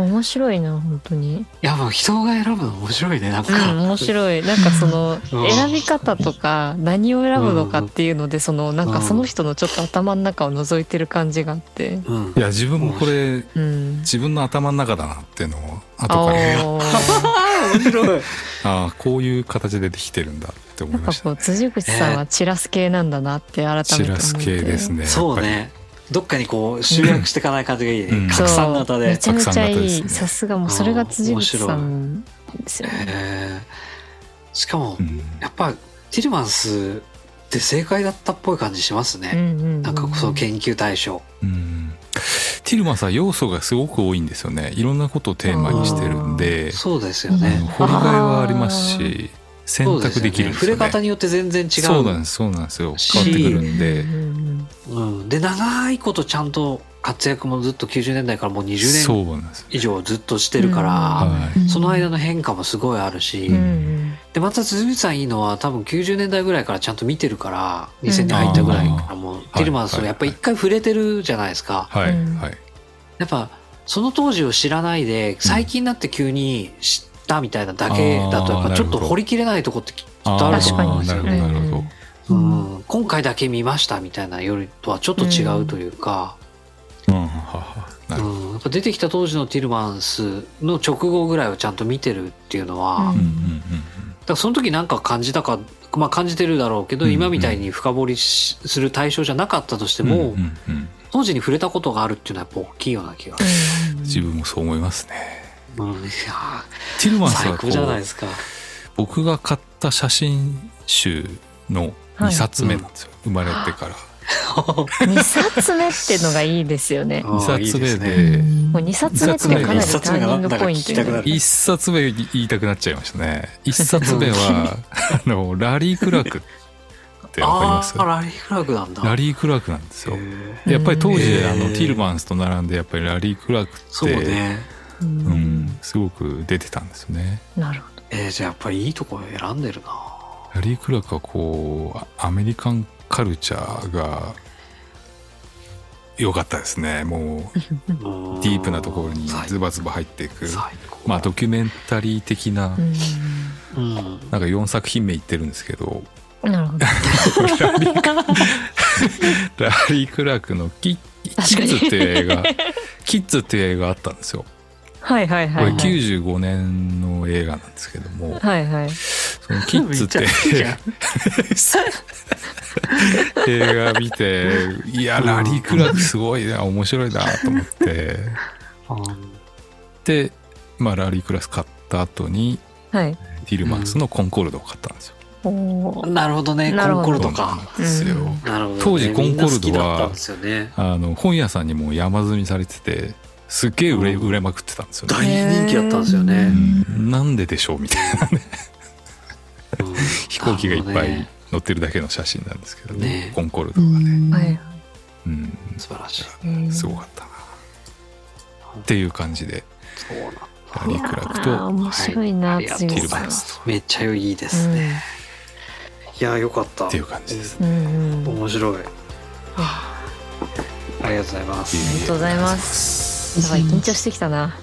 Speaker 2: 面白いな本当に
Speaker 1: やっぱ人が選ぶの面白いねなん
Speaker 2: う
Speaker 1: か、
Speaker 2: ん面白 いなんかその
Speaker 1: うん
Speaker 2: 選び方とか何を選ぶのかっていうのでそのなんかその人のちょっと頭の中を覗いてる感じがあって
Speaker 1: うん
Speaker 3: いや自分もこれ
Speaker 2: うん
Speaker 3: 自分の頭の中だなっていうのを後
Speaker 2: あ
Speaker 3: から
Speaker 2: あ
Speaker 1: 面白い
Speaker 3: ああこういう形でできてるんだって思い
Speaker 2: なん
Speaker 3: ま
Speaker 2: か
Speaker 3: し
Speaker 2: こ
Speaker 3: た
Speaker 2: う辻口さんはチラス系なんだなって改めて思
Speaker 3: シ
Speaker 2: って
Speaker 3: ラス系です ね
Speaker 1: そう
Speaker 3: やっ
Speaker 1: ねどっかにこう集約していかない感じがいいね、
Speaker 3: うん
Speaker 1: 拡散型
Speaker 2: そうめ
Speaker 1: で、
Speaker 2: ちゃめちゃ
Speaker 3: 拡散型で
Speaker 2: い
Speaker 3: す
Speaker 2: い
Speaker 3: ね
Speaker 2: さすがもうそれが辻口さんですよね
Speaker 1: えー、しかも、
Speaker 3: ぱりうん
Speaker 1: やっぱティルマンスって正解だったっぽい感じします
Speaker 2: う
Speaker 1: ね、
Speaker 2: んうん
Speaker 1: なんかその研究対象
Speaker 3: うんティルマンさん要素がすごく多いんですよねいろんなことをテーマにしてるんで
Speaker 1: そうですよ
Speaker 3: あ
Speaker 1: ね
Speaker 3: の掘り替えはありますし選
Speaker 1: そうです
Speaker 3: 択
Speaker 1: よね
Speaker 3: できるんです
Speaker 1: 触
Speaker 3: よ
Speaker 1: れ
Speaker 3: ね
Speaker 1: 方によって全然違う
Speaker 3: そうなんですそうなんですよ
Speaker 1: し
Speaker 3: 変わってくるんで
Speaker 1: うん、で長いことちゃんと活躍もずっと90年代からもう20
Speaker 3: そ
Speaker 1: 年
Speaker 3: うなんですよ
Speaker 1: 以上ずっとしてるか
Speaker 3: うん
Speaker 1: ら、
Speaker 3: は
Speaker 1: その間の変化もすごいあるし、
Speaker 3: うん
Speaker 1: でまた鈴木さんいいのは多分90年代ぐらいからちゃんと見てるから2000年入ったぐらいからもう、ティルマンス
Speaker 3: はい
Speaker 1: はやっぱり一回触れてるじゃないですか、
Speaker 3: はい
Speaker 2: うん
Speaker 3: はい
Speaker 1: やっぱその当時を知らないで最近になって急に知ったみたいなだけだと
Speaker 3: あー
Speaker 1: やっぱちょっ
Speaker 3: なる
Speaker 1: と
Speaker 3: ほど
Speaker 1: 掘り切れないとこってきっ
Speaker 3: あ
Speaker 1: とある
Speaker 3: ー
Speaker 1: と思うんです
Speaker 3: なる
Speaker 1: よ
Speaker 3: ほ
Speaker 1: ね
Speaker 3: どな。るほど
Speaker 2: ど
Speaker 1: うん、今回だけ見ましたみたいなよりとはちょっと違うというか、
Speaker 3: うんははなるほど
Speaker 1: うん、やっぱ出てきた当時のティルマンスの直後ぐらいをちゃんと見てるっていうのは、
Speaker 2: うん
Speaker 3: うん
Speaker 1: だからその時なんか感じたか、まあ、感じてるだろうけど、
Speaker 3: うんうん
Speaker 1: 今みたいに深掘りしする対象じゃなかったとして
Speaker 3: うんうん
Speaker 1: も、
Speaker 3: うんうんうん
Speaker 1: 当時に触れたことがあるっていうのはやっぱ大きいような気が、
Speaker 3: 自分もそう思いますね
Speaker 1: うん、いやー
Speaker 3: ティルマンさ
Speaker 1: 最
Speaker 3: んはこ
Speaker 1: 高じゃないで
Speaker 3: う
Speaker 1: すか。。
Speaker 3: 僕が買った写真集の2冊目なんですよ生まれてから
Speaker 2: 2冊目ってのがいいですよね
Speaker 1: うん
Speaker 3: 2冊目
Speaker 1: いい
Speaker 3: で
Speaker 1: ですね
Speaker 2: もう2冊目ってかなりターニングポイントよね
Speaker 3: 一冊目言いたくなっちゃいましたね一冊目 はあのラリー・クラークってわかりま
Speaker 1: あ
Speaker 3: す
Speaker 1: あーラリーフラグなんだ。
Speaker 3: ラリー・クラークなんですよ
Speaker 1: へー
Speaker 3: やっぱり当時
Speaker 1: へー
Speaker 3: あのティルマンスと並んでやっぱりラリー・クラークって
Speaker 1: そうね。
Speaker 2: うん
Speaker 3: うん、すごく出てたんですよね
Speaker 2: なるほど。
Speaker 1: えー、じゃあやっぱりいいとこ選んでるな。
Speaker 3: ラリー・クラークはこうあアメリカンカルチャーが良かったですねもう
Speaker 1: ディ
Speaker 3: ディープなところにズバズバ入っていく
Speaker 1: 最高。
Speaker 3: まあドキュメンタリー的な
Speaker 1: う
Speaker 2: うん
Speaker 1: ん、
Speaker 3: なんか4作品目言ってるんですけど
Speaker 2: なるほど。
Speaker 3: ラリー・ラリークラークのキ「キッズ」っていう映画「キッズ」っていう映画あったんですよ。
Speaker 2: はいはい
Speaker 3: こ
Speaker 2: は
Speaker 3: れ
Speaker 2: いはい。
Speaker 3: 95年の映画なんですけども、
Speaker 2: はいはい。
Speaker 3: そのキッズ って
Speaker 1: めっちゃいいじゃ
Speaker 3: 映画見て、いや、ラリー・クラークすごいな、面白いなと思って、 で、まあ、ラリー・クラス買った後に、
Speaker 2: はい。
Speaker 3: フィルマンスのコンコルドを買ったんですよ。
Speaker 2: おお
Speaker 1: うん。なるほどね、
Speaker 2: なる
Speaker 1: コンコ
Speaker 2: ほ
Speaker 1: ル
Speaker 2: ど
Speaker 1: ド
Speaker 3: そうな
Speaker 1: か。
Speaker 3: んですよ。
Speaker 2: うん
Speaker 1: なるほどね、
Speaker 3: 当時コンコル
Speaker 1: みんな好き
Speaker 3: ドは
Speaker 1: だったんですよね。
Speaker 3: あの本屋さんにもう山積みされててすっげえ売れ,、
Speaker 1: うん
Speaker 3: 売れまくってたんですよね。
Speaker 1: 大人気だったんですよ
Speaker 2: へ
Speaker 1: ね。
Speaker 3: なんででしょうみたいな ね
Speaker 1: うん
Speaker 3: 飛行機がいっ
Speaker 1: なる
Speaker 3: ぱ
Speaker 1: ほど
Speaker 3: い
Speaker 1: ね
Speaker 3: 乗ってるだけの写真なんですけど、
Speaker 1: ね
Speaker 3: コンコルド
Speaker 4: う
Speaker 3: がね、
Speaker 4: ん
Speaker 2: はい。
Speaker 3: うん、
Speaker 1: 素晴らしい。
Speaker 3: すごかったなっていう感じで
Speaker 1: そうなんだ
Speaker 3: ラリー・クラーク
Speaker 2: あー
Speaker 3: と
Speaker 2: 面白いな、
Speaker 1: はいありがとう
Speaker 2: つ
Speaker 3: ティ
Speaker 2: ゆ
Speaker 3: ル
Speaker 2: さ
Speaker 3: バ
Speaker 2: ん
Speaker 3: ン。スと
Speaker 1: めっちゃいいですね。いや、よかった。
Speaker 3: っていう感じです。
Speaker 2: うんうん。あり
Speaker 1: 面白い。ありがとうございま
Speaker 3: いえいえ
Speaker 1: す。
Speaker 2: がとうございます。やばい、緊張してきたな。